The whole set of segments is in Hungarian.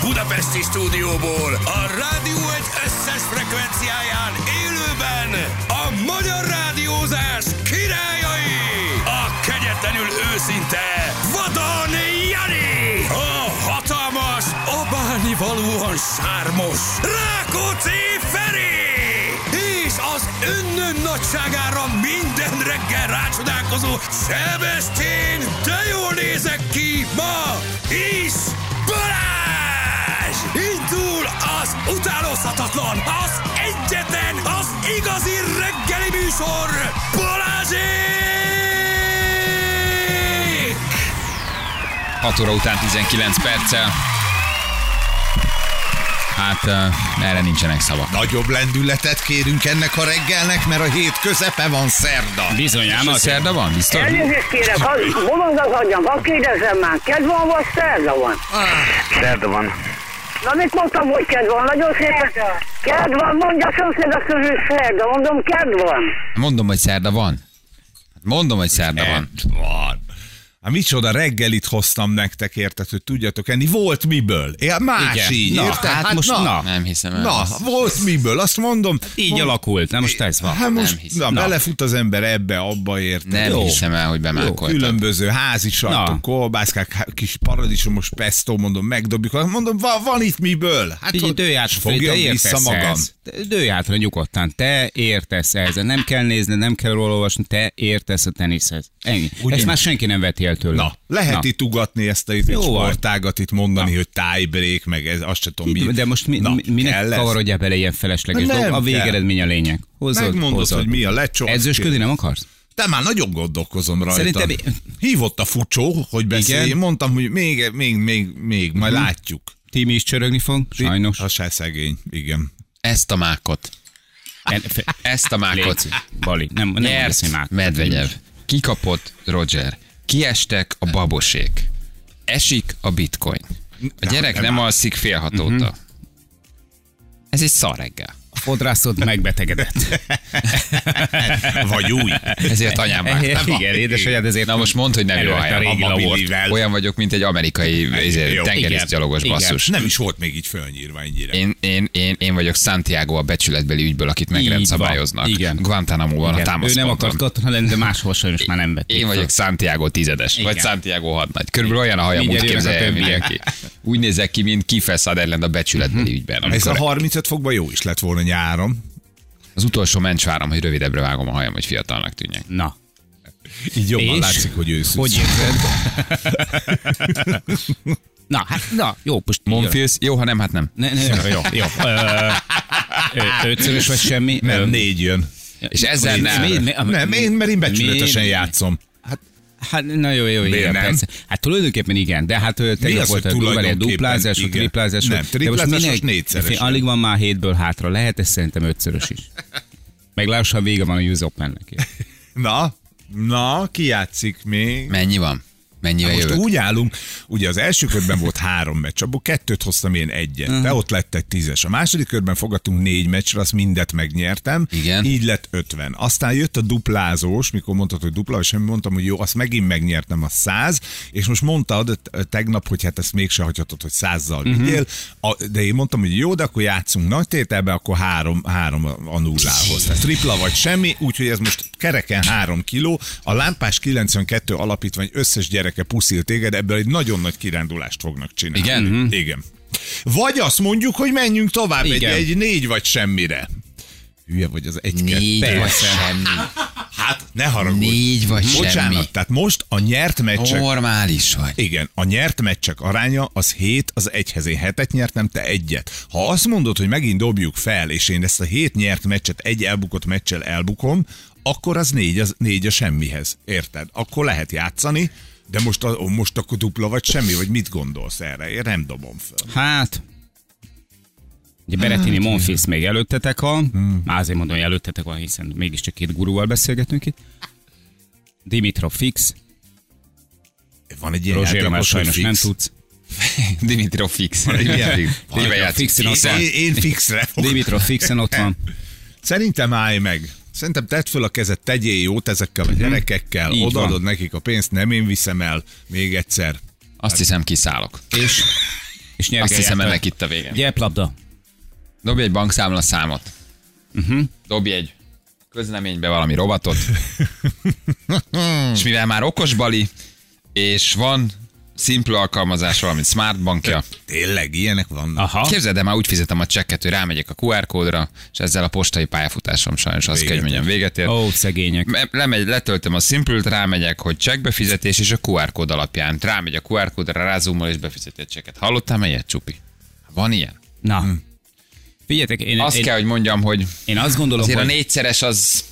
Budapesti stúdióból a Rádió egy összes frekvenciáján élőben a magyar rádiózás királyai, a kegyetlenül őszinte Vadon Jani, a hatalmas, abálni valóan sármos Rákóczi Feri, és az önnön nagyságára minden reggel rácsodálkozó Sebestén, de jól nézek ki ma is Balázs! Indul az utánozhatatlan, az egyetlen, az igazi reggeli műsor Balázsék! 6 óra után 19 perccel. Hát uh, erre nincsenek szavak. Nagyobb lendületet kérünk ennek a reggelnek, mert a hét közepe van szerda. Bizony, ám a szerda van, biztos? Elnézést kérek, ha- bolond az agyam, ha kérdezem már, kedv van, vagy szerda van? Szerda van. Na mit mondtam, hogy kedv van? Nagyon szépen. Kedv van, mondja a szomszéd a közül szerda, mondom, kedv van. Mondom, hogy szerda van. Mondom, hogy szerda van. van. A micsoda reggelit hoztam nektek, érted, hogy tudjatok enni. Volt miből. Ja, más Igen. így, Na, érted? hát most na. na. Nem hiszem el. Na, Azt- volt miből, azt mondom. Így alakult, nem most ez van. Hát Nem most, hiszem. na, Na. belefut az ember ebbe, abba, érted? Nem hiszem el, hogy bemákoltad. Különböző házi Na. sartok, kolbászkák, há- kis paradicsomos pesto, mondom, megdobjuk. Hát Mondom, van, van itt miből. Hát Figyelj, ott dőj át, fogjam vissza magam. Dőj átra nyugodtan, te értesz ehhez, nem kell nézni, nem kell róla olvasni, te értesz a teniszhez. Ennyi. Ugye? Ezt már senki nem veti el tőle. Na, lehet Na. itt ugatni ezt a izét, Jó van. sportágat itt mondani, hogy tiebreak, meg ez, azt sem tudom, mi. De most mi, Na, mi, minek kell ez? kavarodjál bele ilyen felesleges Nem dolgok? A kell. végeredmény a lényeg. Hozod, Megmondod, hozod. hogy mi a lecsó. Edzősködni nem akarsz? Te már nagyon gondolkozom rajta. Szerintem- Hívott a fucsó, hogy beszélj. Igen. Mondtam, hogy még, még, még, még, majd látjuk. Timi is csörögni fog, sajnos. A se szegény, igen. Ezt a mákot. En- fe- Ezt a mákot. Léci, Bali, nem, nem Nyert lesz, már. Medvegyev. Kikapott Roger. Kiestek a babosék. Esik a bitcoin. A gyerek nem alszik fél hat óta. Ez egy szar reggel. Fodrászod megbetegedett. Vagy új. Ezért anyám vágtam. Igen, édesanyád ezért Na most mondd, hogy nem jó Előtte helyen. régi Abba lavort. billivel. Olyan vagyok, mint egy amerikai izé, Jó, tengerész igen, gyalogos igen. basszus. Nem is volt még így fölnyírva ennyire. Én, én, én, én vagyok Santiago a becsületbeli ügyből, akit megrendszabályoznak. Így van, igen. Guantanamo van Igen, a ő nem támaszponton. akart katona lenni, de máshol sajnos már nem vették. Én vagyok Santiago tizedes, Igen. vagy Santiago hadnagy. Körülbelül olyan a hajam, úgy Mindjárt jönnek a képzeljem többiek. Mhm. mindenki. Úgy nézek ki, mint Kiefer Sutherland a becsületbeli ügyben. Ez a Amikor 35 fokban jó is lett volna nyáron. az utolsó mencsvárom, hogy rövidebbre vágom a hajam, hogy fiatalnak tűnjek. Na, Így jobban És? látszik, hogy ősz. hogy érzed? Na, hát, na, jó, most Monfils, jó, ha nem, hát nem. Ne, ne, jó, jó, jó. Ö, ö, Ötszörös vagy semmi? Ö, Nem, négy jön. És ezzel mi- mi- nem. mi- Nem, én, mert én becsületesen mi- játszom. Hát, na jó, jó, Miért igen, nem? persze. Hát tulajdonképpen igen, de hát ö, tegnap az, volt a hogy durván egy tulajdonképpen? duplázás, a Igen. triplázás. Nem, volt. De most triplázásos minek- négyszeres Fél- Alig van már hétből hátra, lehet ez szerintem ötszörös is. Meg lássa, vége van a US Open-nek. Na, na, ki játszik még? Mennyi van? Mennyivel Most jövök? úgy állunk, ugye az első körben volt három meccs, abból kettőt hoztam én egyet, Mhm. de ott lett egy tízes. A második körben fogadtunk négy meccsre, azt mindet megnyertem, Igen. így lett ötven. Aztán jött a duplázós, mikor mondtad, hogy dupla, és én mondtam, hogy jó, azt megint megnyertem a száz, és most mondtad ö, tegnap, hogy hát ezt mégse hagyhatod, hogy százzal Mhm. vigyél, a, de én mondtam, hogy jó, de akkor játszunk nagy tételbe, akkor három, három a- a nullához. Tehát tripla vagy semmi, úgyhogy ez most kereken három kiló. A Lámpás 92 alapítvány összes gyereke puszil téged, ebből egy nagyon nagy kirándulást fognak csinálni. Igen? Mhm. Igen. Vagy azt mondjuk, hogy menjünk tovább egy, Igen. egy négy vagy semmire. Hülye vagy az egy Négy kettő. vagy semmi. Hát ne haragudj. Négy vagy Bocsánat, semmi. tehát most a nyert meccsek Normális vagy. igen, a nyert meccsek aránya az 7, az 1-hez én 7-et nyertem, te egyet. Ha azt mondod, hogy megint dobjuk fel, és én ezt a 7 nyert meccset egy elbukott meccsel elbukom, akkor az 4, az 4 a semmihez. Érted? Akkor lehet játszani, de most, a, most akkor dupla vagy semmi, vagy mit gondolsz erre? Én nem dobom fel. Hát, ugye Hát, Beretini Monfils még előttetek van, Hmm. már azért mondom, hogy előttetek van, hiszen mégiscsak két guruval beszélgetünk itt. Dimitrov fix, Van egy ilyen Rozséra már játékos, hogy sajnos hát fix. nem tudsz. Dimitrov fix. Van egy ilyen- egy Éve olyan játszik. fixin a szem. Én, én fixre fogok. Dimitrov fixen ott van. Szerintem állj meg. Szerintem tedd föl a kezed, tegyél jót ezekkel Mhm. a gyerekekkel, Így odaadod van. nekik a pénzt, nem én viszem el, még egyszer. Azt hiszem, kiszállok. És, És nyergel Azt hiszem, játszott. ennek itt a vége. Gyeplabda. Dobj egy bankszámla számot. Uh-huh. Dobj egy közleménybe valami rovatot. és mivel már okos bali, és van szimpla alkalmazás, valamint smart bankja. Tényleg, ilyenek Ah. vannak. Aha. Képzeld el, már úgy fizetem a csekket, hogy rámegyek a QR kódra, és ezzel a postai pályafutásom sajnos azt kell, hogy Véget mondjam, véget ér. Ó, oh, szegények. Me- Lemegy, letöltöm a Simple-t, rámegyek, hogy csekkbefizetés, és a QR kód alapján. Rámegy a QR kódra, rázumol, és befizeti a csekket. Hallottál ilyet, Csupi? Van ilyen? Na. Figyeljetek, én, Hm. Azt én, kell, hogy mondjam, hogy én azt gondolom, azért a hogy... négyszeres az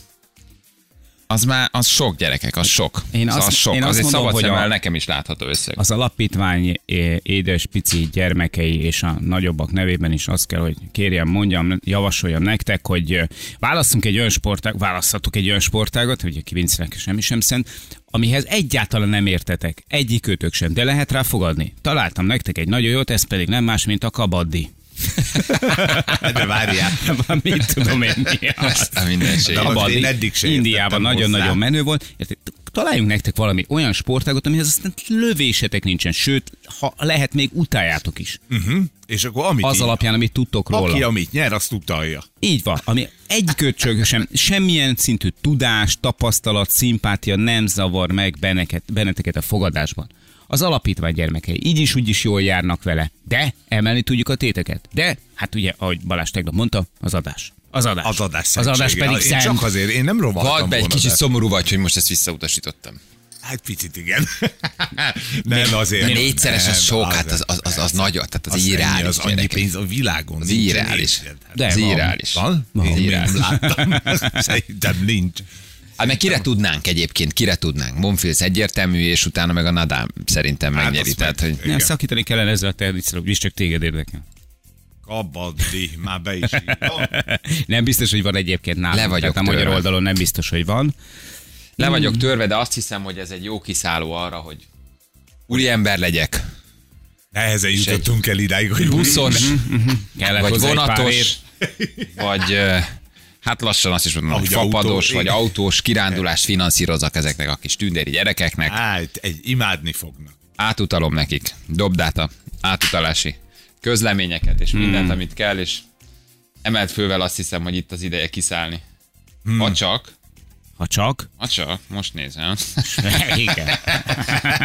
az már az sok gyerekek, az sok. Én az, azt- az sok. én azt Azért mondom, szabad hogy szemmel a- nekem is látható összeg. az alapítvány é- édes pici gyermekei és a nagyobbak nevében is azt kell, hogy kérjem, mondjam, javasoljam nektek, hogy ö, válasszunk egy olyan sportág, választhatok egy olyan sportágot, ugye kivincnek semmi sem szent, amihez egyáltalán nem értetek, egyik kötök sem, de lehet rá fogadni. Találtam nektek egy nagyon jót, ez pedig nem más, mint a kabaddi. De várjál. Mit tudom én mi az. Ezt a mindenség. De- Kabaddi. én eddig se Indiában értettem hozzá. nagyon-nagyon menő volt. Érted? Találjunk nektek valami olyan sportágot, amihez aztán lövésetek nincsen, sőt, ha lehet, még utáljátok is. És akkor amit Az így- alapján, amit tudtok róla. Aki amit nyer, azt utalja. Így van, ami egy köcsög sem, semmilyen szintű tudás, tapasztalat, szimpátia nem zavar meg benneket, benneteket a fogadásban. Az alapítvány gyermekei így is úgy is jól járnak vele, de emelni tudjuk a téteket. De, hát ugye, ahogy Balázs tegnap mondta, az adás. Az adás. Az adás az adás szentsége. pedig Én szent. csak azért, én nem rovaltam Vagy volna. be egy kicsit be. szomorú vagy, hogy most ezt visszautasítottam. Hát picit igen. nem azért. A négyszeres az Nem, sok, hát az, az, az, az nagy, tehát az, az ennyi, irreális. az annyi gyerekek. pénz a világon. Az nincs irreális. négyszer. Hát De az van. irreális. Van? Van. Én még Írás. nem láttam. Szerintem nincs. Hát meg kire tudnánk egyébként, kire tudnánk? Bonfils egyértelmű, és utána meg a Nadám szerintem Hát megnyeri. azt Tehát, meg- hogy Nem, Igen. szakítani kellene ezzel a természetesen, úgyis csak téged érdekel. Kabaddi, már be is írtam. Nem biztos, hogy van egyébként nálam. Le vagyok Tehát a magyar tőle. oldalon nem biztos, hogy van. le vagyok törve, de azt hiszem, hogy ez egy jó kiszálló arra, hogy úriember legyek. Nehezen jutottunk el idáig, hogy Buszos, Kellett Mhm, vagy hozzá egy pár év. vonatos, vagy ö, hát lassan azt is mondom, hogy Ahogy autó, fapados, vagy igen. autós kirándulást finanszírozok ezeknek a kis tündéri gyerekeknek. Hát, egy, imádni fognak. Átutalom nekik. Dobd át a átutalási közleményeket, és mindent, amit kell, és emelt fővel azt hiszem, hogy itt az ideje kiszállni. Hmm. Ha csak, Ha csak. ha csak, most nézem, Igen.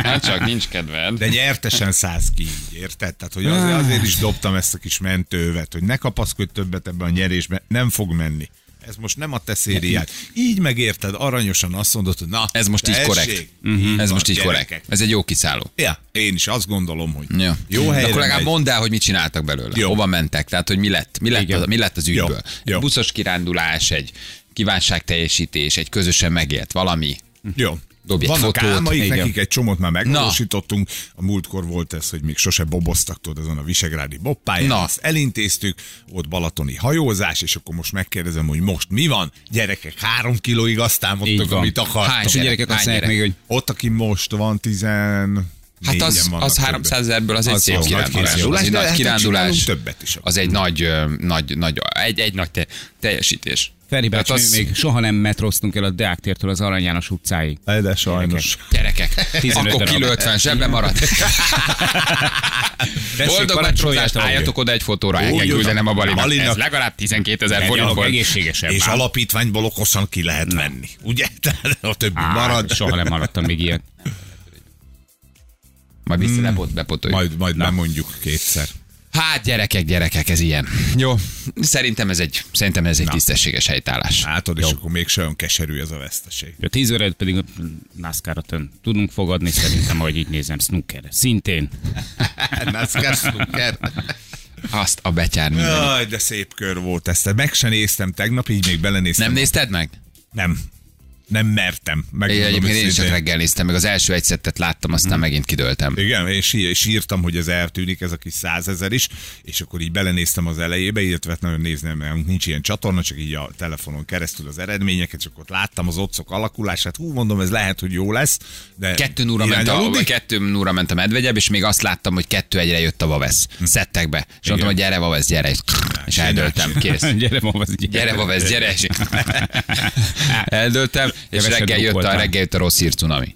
ha csak nincs kedved. De nyertesen száz ki, így, érted? Tehát, hogy azért, azért is dobtam ezt a kis mentővet, hogy ne kapaszkodj többet ebben a nyerésben, nem fog menni. Ez most nem a te szériád. Így megérted, aranyosan azt mondod, hogy na, Ez most így tessék, korrekt. Uh-huh. Ez van, most így gyerekek. korrekt. Ez egy jó kiszálló. Ja, én is azt gondolom, hogy Ja. jó De helyre akkor legalább megy. mondd el, hogy mit csináltak belőle. Jó. Jó. Hova mentek, tehát hogy mi lett, mi lett, Igen. az, mi lett az ügyből. Jó. Egy Jó. buszos kirándulás, egy kívánságteljesítés, egy közösen megélt valami. Jó. Dobj egy Vannak fotót. álmaik, Igen. nekik egy csomót már megvalósítottunk. A múltkor volt ez, hogy még sose boboztak, tudod, azon a visegrádi boppáján. Na. Na. Ezt elintéztük, volt balatoni hajózás, és akkor most megkérdezem, hogy most mi van? Gyerekek, három kilóig azt Így támadtak, van. amit Hány akartak. És a gyerekek azt Hány mondják gyerek? még, hogy Ott, aki most van, 10... Hát az, az 300 ezerből az egy Az szép jó, nagy kirándulás. kirándulás, Az egy nagy de lehet, hogy kirándulás. csinálunk többet is. Az egy nagy, ö, nagy, nagy, egy, egy nagy te, teljesítés. Feri Tehát bácsi, Hát az- még soha nem metróztunk el a Deák tértől az Arany János utcáig. ezer. De sajnos. Gyerekek, 15 akkor kilő darab. 50, zsebbe maradt. Boldog metrózást, álljatok oda egy fotóra, el kell jó, küldenem a balinak. Balinak. Ez legalább 12 ezer forint Forintból. volt. Egészségesebb. És ám. alapítványból okosan ki lehet venni. Ugye? Tehát a többi Á, marad. Soha nem maradtam még ilyen. Majd vissza lepot, bepotoljuk. Majd, majd bemondjuk kétszer. Hát gyerekek, gyerekek, ez ilyen. Jó. Szerintem ez egy, szerintem ez egy tisztességes helytállás. Látod, és akkor még se olyan keserű ez a veszteség. A 10 órád pedig a NASCAR-ra tön. tudunk fogadni, szerintem, ahogy így nézem, snooker. Szintén. NASCAR snooker. Azt a betyár minden. Jaj, de szép kör volt ezt. Meg se néztem tegnap, így még belenéztem. Nem nézted meg? Nem. Nem mertem. Én Megmondom egyébként én is csak őszintén. reggel néztem, meg az első egy szettet láttam, aztán megint kidőltem. Igen, és, í- és írtam, hogy ez eltűnik, ez a kis százezer is, és akkor így belenéztem az elejébe, illetve hát nagyon néznem, mert nincs ilyen csatorna, csak így a telefonon keresztül az eredményeket, csak ott láttam az otcok alakulását. Hú, mondom, ez lehet, hogy jó lesz, de Kettő óra ment a, irányalódik? kettő óra ment a medvegyebb, és még azt láttam, hogy kettő egyre jött a vavesz. Szedtek be. És mondtam, hogy gyere vavesz, gyere. És eldőltem, kész. Gyere, ma az Gyere, vavesz, gyere. És- Eldőltem, Hmm. és Keveset reggel jött, a, drukkoltam. reggel jött a rossz hírcunami.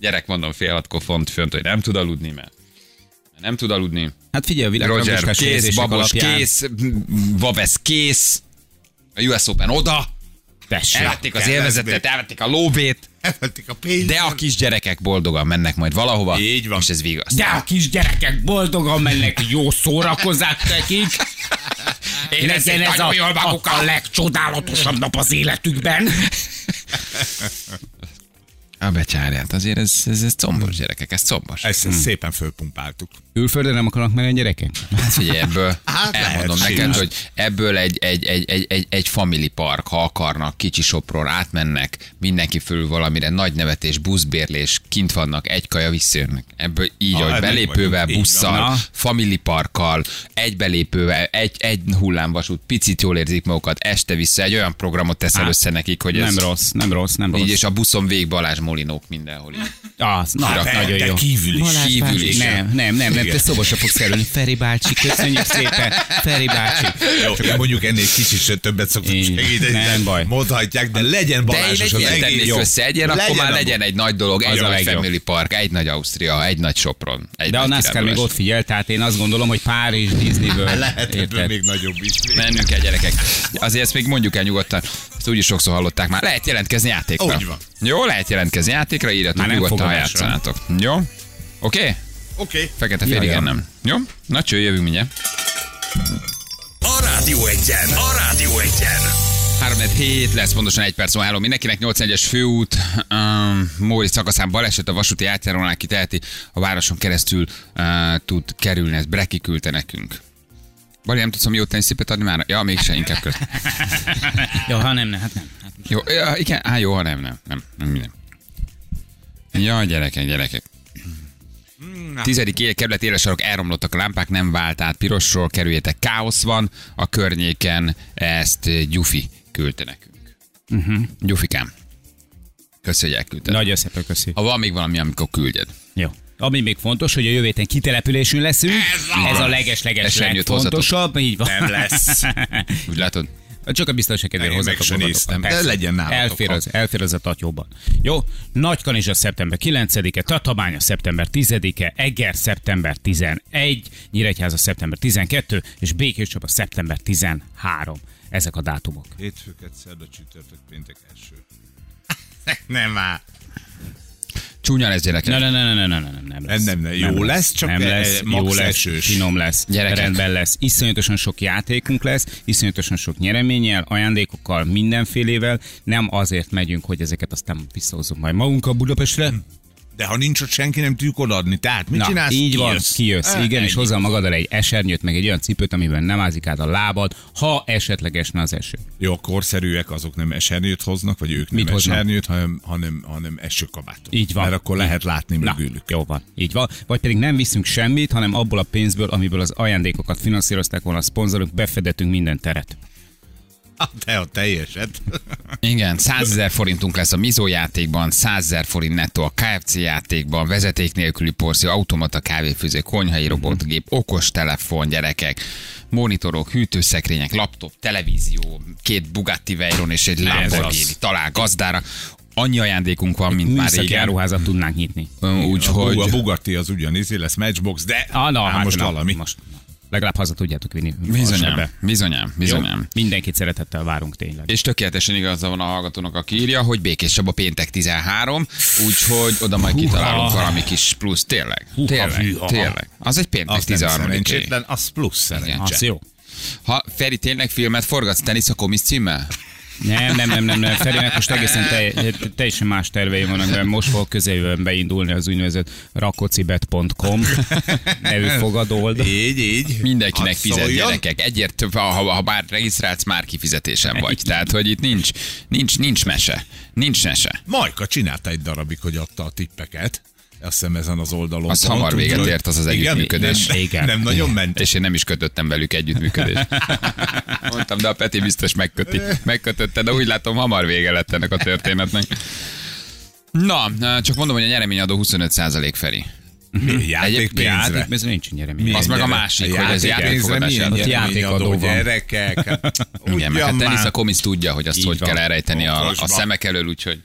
Gyerek, mondom, fél hatkor font fönt, hogy nem tud aludni, mert Nem tud aludni. Hát figyelj, a világ Roger, ranglistás kész, helyezések babos, alapján- kész, Vavesz, kész. A US Open oda, Tessék. elvették az élvezetet, elvették a lóvét, Elvették a pénzt. de a kisgyerekek boldogan mennek majd valahova, Így van. és ez vigaszt. De a kisgyerekek boldogan mennek, jó szórakozást nekik. Legyen ez a, a, a legcsodálatosabb nap az életükben. A becsárját, azért ez, ez, ez combos gyerekek, ez combos. Ezt hmm. szépen fölpumpáltuk. Külföldre nem akarnak menni a gyerekek? Hát figyelj, ebből Hát lehet, elmondom neked, simán. hogy ebből egy, egy, egy, egy, egy, egy family park, ha akarnak, kicsi sopról átmennek, mindenki fölül valamire, nagy nevetés, buszbérlés, kint vannak, egy kaja visszajönnek. Ebből így, Ah, hogy ennek belépővel, vagyunk. Így busszal, van, na. family parkkal, egy belépővel, egy, egy hullámvasút, picit jól érzik magukat, este vissza, egy olyan programot teszel Á, össze nekik, hogy ez... nem rossz, nem rossz, nem rossz. Így, és a buszon végig Balázs Molinók mindenhol. így. Az, na, Csak hát, nagyon de jó. kívül is. Balázs Kívül bácsi. is. Nem, nem, nem, nem, te Igen. szobosra fogsz kerülni. Feri bácsi, köszönjük szépen. Feri bácsi. Jó, csak mondjuk ennél kicsit többet szoktunk Így. segíteni. Nem de baj. Mondhatják, de legyen De én Balázsos egy az ilyet egész. tennék Jó. össze egyen, akkor már abból. legyen egy nagy dolog, egy a nagy legjobb. Family Park, egy nagy Ausztria, egy nagy Sopron. Egy De a nagy NASCAR még kirándulás. ott figyel, tehát én azt gondolom, hogy Párizs, Disney World. Lehet ebből érted? még nagyobb is. Mennünk kell gyerekek. Azért ezt még mondjuk el nyugodtan. Ezt úgyis sokszor hallották már. Lehet jelentkezni játékra. Úgy van. Jó, lehet jelentkezni játékra, Már írjatok nem nyugodtan, ha fogadásra. játszanátok. Jó? Oké? Okay? Oké. Fekete fél, Ja, igen, ja. nem. Jó? Na cső, jövünk mindjárt. A Rádió Egyen! A Rádió Egyen! 347 lesz, pontosan 1 perc múlva három. Mindenkinek 81-es főút, um, Móri szakaszán baleset a vasúti átjáron, aki teheti, a városon keresztül uh, tud kerülni. Ez Breki küldte nekünk. Bali, nem tudsz mi jót szépet adni már? Ja, mégse, inkább köz. Jó, ha nem, nem, hát nem. Hát Jó, ja, igen, á, jó, ha nem, nem, nem, nem, nem. Ja, gyerekek, gyerekek. Tizedik éjjel kerület éles sarok, elromlottak a lámpák, nem vált át pirosról, kerüljetek, káosz van a környéken, ezt eh, Gyufi küldte nekünk. Uh-huh. Gyufikám, köszi, hogy elküldted. Nagy összepő, köszi. Ha van még valami, amikor küldjed. Jó. Ami még fontos, hogy a jövő héten kitelepülésünk leszünk. Ez a Ez leges-leges sem jött hozzátok. legfontosabb. Így van. Nem lesz. Úgy látod? Csak a biztonság kedvéért Én hozzá meg se néztem. De legyen nálatok. Elfér az, elfér az a tatyóban. Jó, Nagykanizsa szeptember 9-e, Tatabánya szeptember 10-e, Eger szeptember 11, Nyíregyháza szeptember 12, és Békés Csaba szeptember 13. Ezek a dátumok. Hétfőket, szerda, csütörtök, péntek, első. Nem már. Csúnya lesz Ne, gyerekek. ne, ne, ne, ne, ne, nem, nem lesz. Nem, nem, nem. Jó lesz, csak nem e- lesz, max jó lesz, esős. finom lesz, Gyerekek. Gyerekek. rendben lesz. Iszonyatosan sok játékunk lesz, iszonyatosan sok nyereménnyel, ajándékokkal, mindenfélével. Nem azért megyünk, hogy ezeket aztán visszahozunk majd magunkkal Budapestre. De ha nincs ott senki, nem tudjuk odaadni. Tehát mit Na, csinálsz? így van, Kijössz. kijössz. Eh, Igen, és ennyi. hozzá magaddal egy esernyőt, meg egy olyan cipőt, amiben nem ázik át a lábad, ha esetleg esne az eső. Jó, a korszerűek azok nem esernyőt hoznak, vagy ők nem Mit hoznak? esernyőt, hanem, hanem, hanem esőkabátot. Így van. Mert akkor lehet látni mögülük. Jó van, így van. Vagy pedig nem viszünk semmit, hanem abból a pénzből, amiből az ajándékokat finanszírozták volna a szponzorunk, befedetünk minden teret. Ah, Te a teljeset. Igen, 100 ezer forintunk lesz a Mizó játékban, 100 ezer forint nettó a KFC játékban, vezeték nélküli porszívó, automata kávéfőző, konyhai Mhm. robotgép, okos telefon, gyerekek, monitorok, hűtőszekrények, laptop, televízió, két Bugatti Veyron és egy Lamborghini. az. Talál gazdára. Annyi ajándékunk van, mint már Műszaki régen. áruházat tudnánk nyitni. Hogy... A Úgyhogy... Bugatti az ugyanígy lesz matchbox, de Ah, na, Á, hát most na, valami. Most, na. Legalább haza tudjátok vinni. Bizonyám, Be. bizonyám, Jó? bizonyám. Mindenkit szeretettel várunk tényleg. És tökéletesen igaza van a hallgatónak, aki írja, hogy Békés Csaba péntek 13, úgyhogy oda majd kitalálunk valami kis plusz. Tényleg, tényleg, hűha. tényleg. Az egy péntek Azt nem 13 szerencsétlen, az plusz szerencse. Az jó. Ha Feri tényleg filmet forgatsz tenisz a komisz címmel? Nem, nem, nem, nem, nem. Ferinek most egészen te, teljesen más tervei vannak, mert most fog közeljövőben beindulni az úgynevezett rakocibet.com nevű fogadold. Így, így. Mindenkinek Hadd fizet Hát szóljon. gyerekek. Egyért, több, ha, ha, ha bár regisztrálsz, már kifizetésem vagy. Tehát, hogy itt nincs, nincs, nincs mese. Nincs mese. Majka csinálta egy darabig, hogy adta a tippeket. Azt hiszem ezen az oldalon. Az hamar Tudod, véget hogy- ért az az Igen? együttműködés. Nem, Igen. nem nagyon ment. És én nem is kötöttem velük együttműködést. Mondtam, de a Peti biztos megköti. Megkötötte, de úgy látom, hamar vége lett ennek a történetnek. Na, csak mondom, hogy a nyereményadó 25% felé. Játékpénzre. Játék, ez Hát nincs nyeremény. Az meg a gyerek- másik, hogy ez játékpénzre játékfogadás. milyen Ott játékadó játékadó van. gyerekek. Hát, Igen, meg a ugyan tenisz már. a komisz tudja, hogy azt Így hogy van. kell elrejteni a, a Pontosban. szemek elől, úgyhogy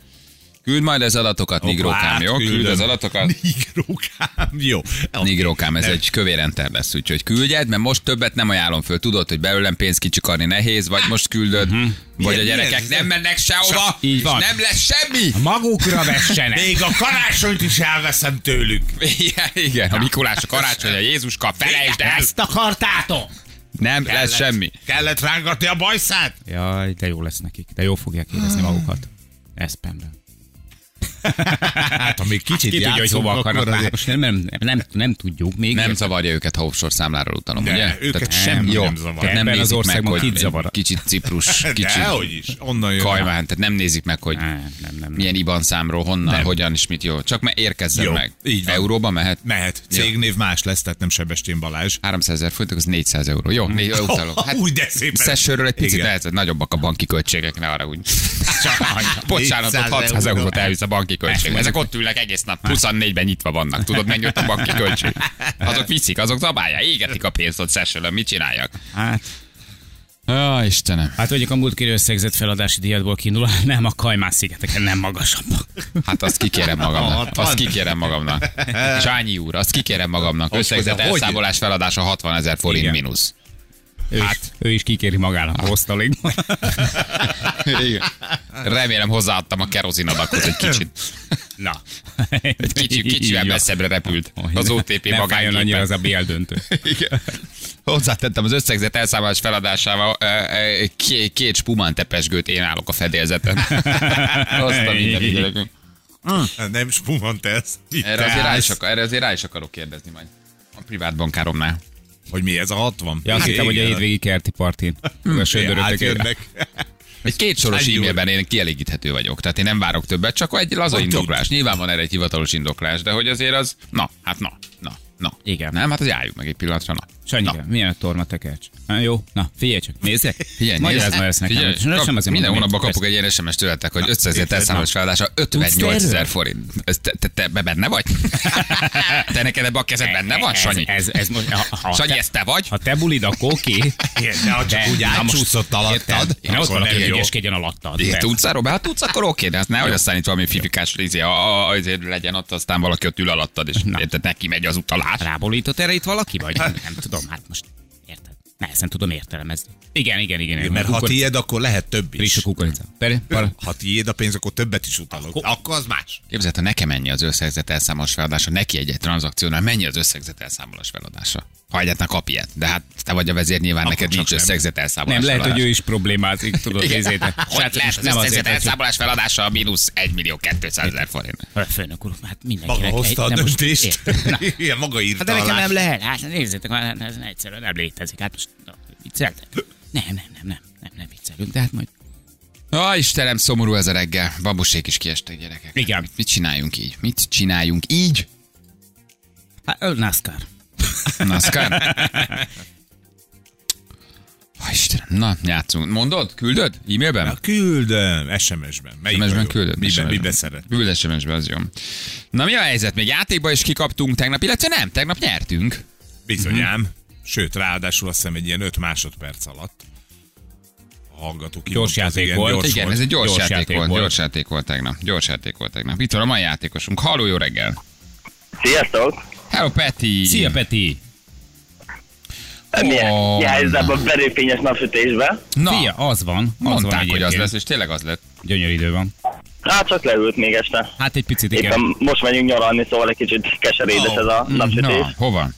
Küld majd az adatokat, Nigrókám, hát jó? Küld az adatokat. Nigrókám, jó. Nigrókám, ez egy kövérenter lesz, úgyhogy küldjed, mert most többet nem ajánlom föl. Tudod, hogy belőlem pénzt kicsikarni nehéz, vagy most küldöd, Mhm. vagy a Milyen- gyerekek milyen- nem mennek sehova, így és van. nem lesz semmi. Magukra vessenek. Még a karácsonyt is elveszem tőlük. Igen, igen, a Mikulás, a karácsony, a Jézuska, felejtsd el! Ezt akartátok? Nem lesz semmi. Kellett rángatni a bajszát? Jaj, de jó lesz nekik. De jó fogják érezni magukat. Eszpemben. Hát, amíg kicsit Ki tudja, hogy játszunk, hova akkor akarnak. azért- Hát most nem, nem, nem, nem tudjuk még. Nem zavarja őket, ha offshore számláról utalom, De, ugye? őket semmi jó, nem zavar. tehát nem Ebben az nézik országban meg, hogy kit zavar? Kicsit Ciprus, kicsit Dehogy is, onnan jön. Kajmán, tehát nem nézik meg, hogy Nem, nem, nem. milyen IBAN számról, honnan, Nem. hogyan és mit jó. Csak mert érkezzen Jó, meg. így van. Euróba mehet? Mehet. Cégnév más lesz, tehát nem Sebestyén Balázs. 300 ezer forint, az 400 euró. Jó, négy utalok. Hát, Úgy de szépen. Szessőről egy picit Igen. lehet, hogy nagyobbak a banki költségek, ne arra úgy. Bocsánat, ott 400 600 euró. eurót elvisz a banki költség. Ezek ott ülnek egész nap. 24-ben nyitva vannak. Tudod, mennyi ott a banki költség? Azok viszik, azok zabálják, égetik a pénzt ott Szessőről. Mit csináljak? Hát, Á, Istenem. hát mondjuk a múltkori összegzett feladási díjatból kiindul, nem a Kajmán szigeteken nem magasabbak. Hát azt kikérem Hatvan. magamnak. Azt kikérem magamnak. Sányi úr, azt kikérem magamnak. Összegzett hogy- hogy? elszámolás feladása 60 ezer forint Igen. mínusz. Ő, hát, is, ő is kikéri magának a hoztalékba. Igen. Remélem hozzáadtam a kerozin adaghoz egy kicsit. Na. Egy kicsi, kicsivel messzebbre repült az OTP Nem fájjon annyira magánképe. az a BL döntő. Igen. Hozzátettem az összegzett elszámolás feladásával ö, ö, ké- két spumán tepesgőt én állok a fedélzeten. Azt a mindenit, gyerekek. Hát Nem spumant ez. Itt erre azért, rá állsz. is akar, erre azért rá is akarok kérdezni majd. A privát bankáromnál. Hogy mi ez a 60? Ja, azt hittem, hogy a hétvégi kerti partin. A hát söndörötök. Átjönnek. Egy kétsoros Hány e-mailben én kielégíthető vagyok, tehát én nem várok többet, csak egy laza indoklás. Nyilván van erre egy hivatalos indoklás, de hogy azért az, na, hát na, na, na. Igen. Nem, hát az álljuk meg egy pillanatra, na. Sanyika, milyen a torma tekercs? Há, jó, na figyelj csak, nézzek. Figyelj, Magyarázd nézd, már ezt nekem. figyelj, Figyelj, kap- sem azért minden mondom, hónapban hogy- kapok egy ilyen SMS tőletek, hogy összezért érted, elszámolás feladása 58 Tudsz ezer erről? forint. Ez te, te, te be- benne vagy? te neked ebben a kezed benne van, Ez- Sanyi? Ez, ez, most, ha, ha, Sanyi, te, ez te vagy? ha te bulid, akkor oké. Igen, de ha csak úgy na most- átcsúszott Érted? alattad, Én ott akkor valaki nem jó. egyeskedjen alattad. Én Persze. tudsz arról? Be? Hát tudsz, akkor oké, de hát nehogy aztán itt valami fifikás rizé, a- a- azért legyen ott, aztán valaki ott ül alattad, és érted, neki megy az utalás. Rábolított erre itt valaki, vagy? Nem tudom, hát most érted. Nehezen tudom értelmezni. Igen, igen, igen. igen Mert ha Kukor- tiéd, akkor lehet több Friss a is. kukorica. Per, para. Ha tiéd a pénz, akkor többet is utalok. Akkor az más. Képzeld, ha nekem ennyi az összegzett elszámolás feladása, neki egy, egy tranzakciónál mennyi az összegzett elszámolás feladása? Ha egyáltalán kap ilyet, de hát te vagy a vezér, nyilván Akkor neked csak nincs nem. összegzett elszámolás Nem, lehet, hogy ő feladása. is problémázik, tudod, Igen. nézzétek. Hogy lehet az nem összegzett azért, hogy- elszámolás feladása a mínusz 1 millió 200 ezer forint? Hát, Főnök úr, hát mindenkinek... Maga hozta a nem most- döntést. érted? Na. Igen, maga írta Hát de alá. nekem nem lehet, hát nézzétek, hát ez egyszerűen nem létezik. Hát most na, vicceltek? Nem, nem, nem, nem, nem, nem viccelünk, de hát majd... Á, Istenem, szomorú ez a reggel. Babusék is kiestek gyerekek. Igen. Mit, mit csináljunk így? Mit csináljunk így? Hát, ö, NASCAR. NASCAR? Ó, Istenem, na, játszunk. Mondod? Küldöd? E-mailben? Na, Küldöm, SMS-ben. Melyik a SMS-ben jó? küldöd? Miben, SMS-ben. miben szeret? Küld SMS-ben, az jó. Na mi a helyzet? Még játékba is kikaptunk tegnap, illetve nem, tegnap nyertünk. Mhm. Bizonyám. Sőt, ráadásul azt hiszem egy ilyen 5 másodperc alatt a hallgató kimondta, játék igen, volt, gyors Hát igen, ez egy gyors, Gyors játék, játék volt. volt. Gyors játék volt tegnap. Gyors játék volt tegnap. Itt van a mai játékosunk. Halló, jó reggel. Sziasztok! Hello, Peti. Szia, Peti! Milyen Ó. oh. jelzebb a berőfényes napsütésbe? Na, Fia, az van. Az van mondták, hogy az egyébként. lesz, és tényleg az lett. Gyönyörű idő van. Hát csak leült még este. Hát egy picit igen. Éppen most megyünk nyaralni, szóval egy kicsit keserédes ez a napsütés. Oh. Mhm. Na, hova?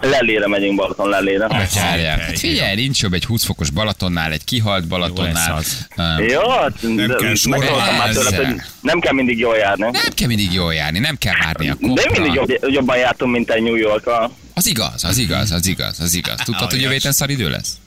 Lellére megyünk Balaton, lellére. Betyárját. Hát szép figyelj, nincs jobb egy 20 fokos Balatonnál, egy kihalt Balatonnál. Jó lesz Öm, Jó, kell sorolni. megtanultam már tőled, Persze. hogy nem kell mindig jól járni. Nem kell mindig jól járni, nem kell várni a De mindig kopra. jobb, jobban jártunk, mint egy New York. A... Az igaz, az igaz, az igaz, az igaz. Tudtad, hogy jövő héten szar idő lesz?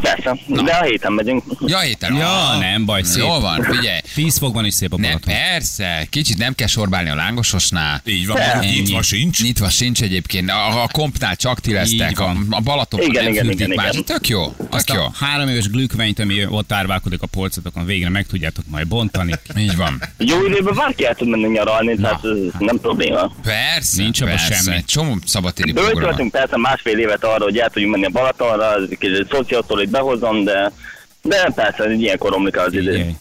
Persze, de a héten megyünk. Ja, héten. Ah. Ja, nem baj, szép. Jól van, figyelj. 10 fokban is szép a Ne, Balaton. persze, kicsit nem kell sorbálni a lángososnál. Így van, mert Ennyi. nyitva sincs. Nyitva sincs egyébként. A, a kompnál csak ti lesztek, Így a, van. a Balaton Igen, nem igen, fürdik igen, más. igen. Tök jó, Azt tök jó. a három éves glükvenyt, ami ott árválkodik a polcotokon, végre meg tudjátok majd bontani. Így van. Jó időben bárki el tud menni nyaralni, tehát ez nem probléma. Persze, Nincs abban persze. semmi. Egy csomó szabadtéri program. van. Böltöltünk persze másfél évet arra, hogy el tudjunk menni a Balatonra, az kicsit szociától itt behozom, de, de persze ilyenkor romlik el az idő. Figyelj.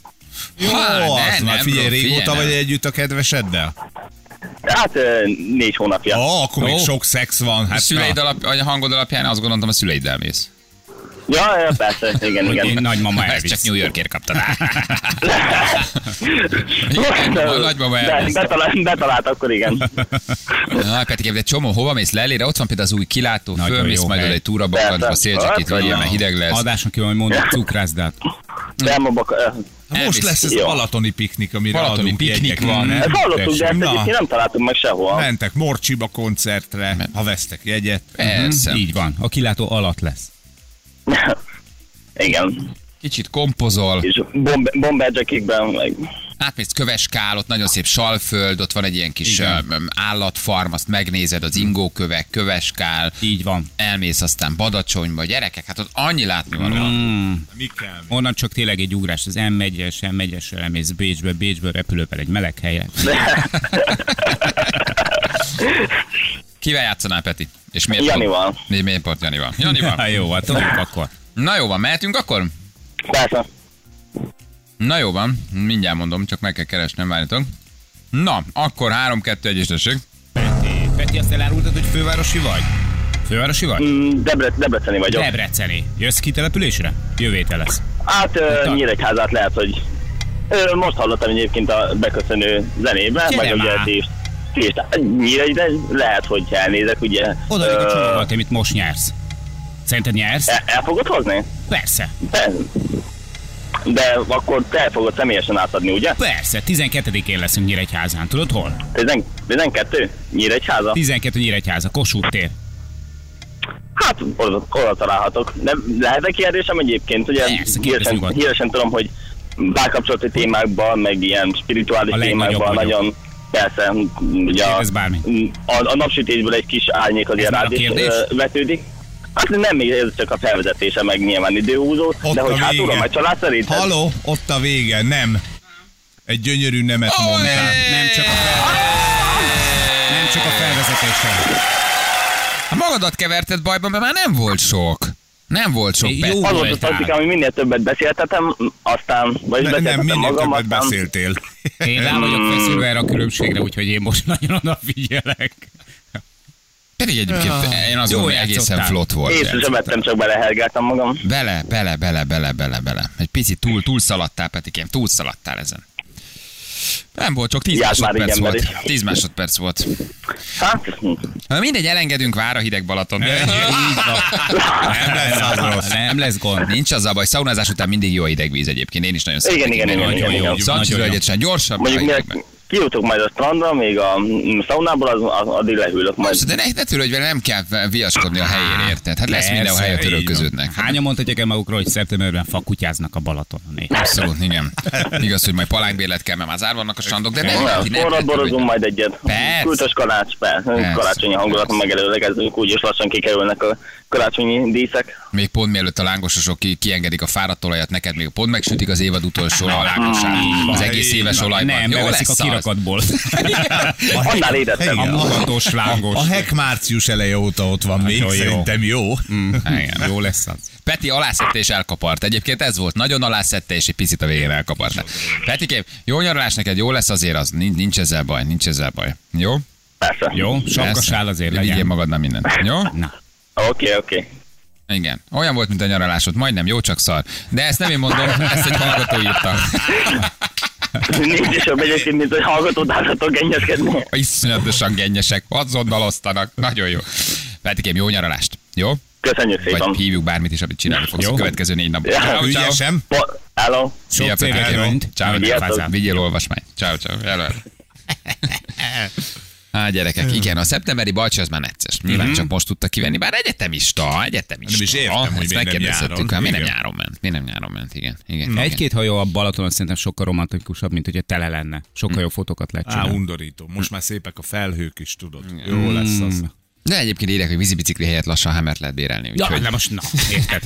Jó, Há, ne, az nem, már figyelj, bro, régóta figyelj, vagy nem. együtt a kedveseddel? Hát ö, négy hónapja. Ó, akkor még Ó. sok szex van. A Hát szüleid na. alap, vagy a hangod alapján azt gondoltam, a szüleiddel mész. Ja, ja, persze, igen, Hogy én igen. nagymama Ezt elvisz. csak New Yorkért kaptad. De- nagymama de, elvisz. betalált, betalált, akkor igen. Na, Petikém, de csomó, hova mész lelére? Ott van például az új kilátó, Nagyon fölmész jó majd hely. oda egy túrabakkancsba, Persze. szélcsekét Hát, vegyél, mert hideg lesz. Adásnak kívül, hogy mondod, cukrászdát. Nem a bak... ö, Most elvisz. lesz ez a Jó. Balatoni piknik, amire Balatoni adunk piknik jegyeket, van. nem? Ezt hallottuk, de ezt Na. egyébként nem találtuk meg sehol. Mentek Morcsiba koncertre, ha vesztek jegyet. Persze. Mhm, Így van. A kilátó alatt lesz. igen. Kicsit kompozol, És bombe, bomberjackikben meg... átmész Köveskál, ott nagyon szép salföld, ott van egy ilyen kis Igen. Mhm. öm, öm, állatfarm, azt megnézed, az ingókövek, Köveskál, Így van. elmész aztán Badacsonyba, gyerekek, hát ott annyi látnivaló Mhm. van. Hmm. Mikkel? Onnan csak tényleg egy ugrás, az M1-es, M1-esre elmész Bécsbe, Bécsből repülővel egy meleg helyre. Kivel játszanál, Peti? És miért Janival. Pont, miért pont Janival? Janival. Ha jó, hát tudjuk akkor. Na jó van, mehetünk akkor? Persze. Na jó van, mindjárt mondom, csak meg kell keresnem, várjatok. Na, akkor 3-2-1 és tessék. Peti, Peti azt elárultad, hogy fővárosi vagy? Fővárosi vagy? Mm, Debre, Debreceni vagyok. Debreceni. Jössz ki településre? Jövétel lesz. Hát ö, Nyíregyházát lehet, hogy... Ö, most hallottam egyébként a beköszönő zenébe, Gyere meg ugye már! ti is. ti is- Nyíregy, de lehet, hogy elnézek, ugye. Oda Ö, E. uh... a csomagot, amit most nyersz. Szerinted nyersz? el, el fogod hozni? Persze, De, de akkor te el fogod személyesen átadni, ugye? persze. 12-én leszünk Nyíregyházán. Tudod hol? 10 12? Nyíregyháza? 12 Nyíregyháza, Kossuth tér. Hát, oda, oda találhatok. De lehetek kérdésem egyébként, ugye Persze, kérdezz híresen, nyugodtan. híresen tudom, hogy párkapcsolati témákban, meg ilyen spirituális A legnagyobb témákban vagyok. nagyon Persze, ugye a, Kérdezz bármit. a, a napsütésből egy kis árnyék azért Ez már a rád is kérdés? ö, vetődik. Hát nem még ez csak a felvezetése, meg nyilván időhúzó, Ott de a hogy vége. hátulra majd család szerint. Haló, ott a vége, nem. Egy gyönyörű nemet mondtál. Nem csak a, fel... nem csak a felvezetésre. Ha magadat keverted bajban, mert már nem volt sok. Nem volt sok, Jó. Peti. Az volt az voltál. addig, ami minél többet beszéltetem, aztán, vagy Ne, nem, beszéltetem minél magam, többet aztán... beszéltél. Én rá vagyok feszülve erre a különbségre, úgyhogy én most nagyon odafigyelek. Pedig egyébként én azt Jó gondolom, hogy egészen játszottál. flott volt. Észre sem vettem, csak belehergeltem magam. Bele, bele, bele, bele, bele, bele. Egy picit túl, túl szaladtál, Petikém, túl szaladtál ezen. Nem volt csak 10 Járd már másodperc így, volt. ember is. 10 másodperc volt. Hát, Na, Mindegy, elengedünk vár a hideg Balaton. Így van. Nem lesz az rossz. Nem lesz gond. Nincs az a baj, szaunázás után mindig jó a hidegvíz egyébként. Én is nagyon Igen, szeretek. igen, Nagyon igen, jó, igen, jó. igen. Szancsi Nagyon jó. Völgyet sem gyorsabb. mondjuk a mire hidegben. kijutok majd a strandra, még a mm, szaunából, az, az addig lehűlök majd. Persze, de ne, ne törődj vele, nem kell viaskodni a helyén, érted? Hát lesz Persze, mindenhol hely a így van. Hát- törölköződnek. Hányan mondhatják el magukról, hogy szeptemberben fakutyáznak a Balatonon? Abszolút, igen. Igaz, hogy majd palánybérlet kell, mert már zárva vannak a strandok, de nem, Olyan, neki nem kell forrad borozunk törődni. majd egyet. Persze. Kültös kalács, persze. Persze, Karácsonyi hangulaton persze. megelőlegezünk, úgyis lassan kikerülnek a karácsonyi díszek. Még pont mielőtt a lángososok ki, kiengedik a fáradt olajat, neked még pont megsütik az évad utolsó a lángosát, az egész éves olajban. Nem, Jó beveszik a lesz az. kirakatból. Annál Igen. érettebb. A magatos A lángos. hek március eleje óta ott van még, jó, jó. szerintem jó. Mm. Igen. Jó lesz az. Peti alászette és elkapart. Egyébként ez volt, nagyon alászette és egy picit a végén elkapart. Petikém, jó nyaralás neked, jó lesz azért az, nincs, nincs ezzel baj, nincs ezzel baj. Jó? Persze. Jó? Persze. Sapkasál azért Vigyél legyen. magadnál mindent. Jó? Na, Oké, oké. Igen. Olyan volt, mint a nyaralásod. Majdnem jó, csak szar. De ezt nem én mondom, ezt egy hallgató írta. Nincs is jobb egyébként, mint hogy hallgató dázatok gennyeskedni. Iszonyatosan gennyesek. Azonnal osztanak. Nagyon jó. Petikém, jó nyaralást. Jó? Köszönjük Vagy szépen. hívjuk bármit is, amit csinálni fogsz Jó. a következő négy napban. Ja. Ciao, ciao. Ügyesem? Bo- Hello. Szia, sok céget Petikém. elmond. Ciao, ciao. Sziasztok. Vigyél olvasmány. Ciao, ciao. Hello. Á, gyerekek, igen, a szeptemberi balcsi az már necces. Nyilván csak most tudta kivenni, bár egyetemista, egyetemista. Nem is értem, hogy Ezt miért nem nyáron. megkérdezhettük, hát mi nem Igen. nyáron ment, mi nem nyáron ment, igen. igen, igen. Egy-két hajó a Balatonon szerintem sokkal romantikusabb, mint hogyha tele lenne. Mm. Sokkal jobb fotókat lehet Á, csinálni. undorító. Most már szépek a felhők is, tudod. Jó lesz az. De egyébként érdek, hogy vízibicikli helyett lassan hámert lehet bérelni. Ja, Úgyhogy... na most na, érted?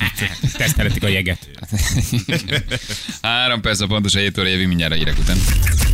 Teszteletik a jeget. Három perc a pontos a 7 óra jövő mindjárt a hírek után.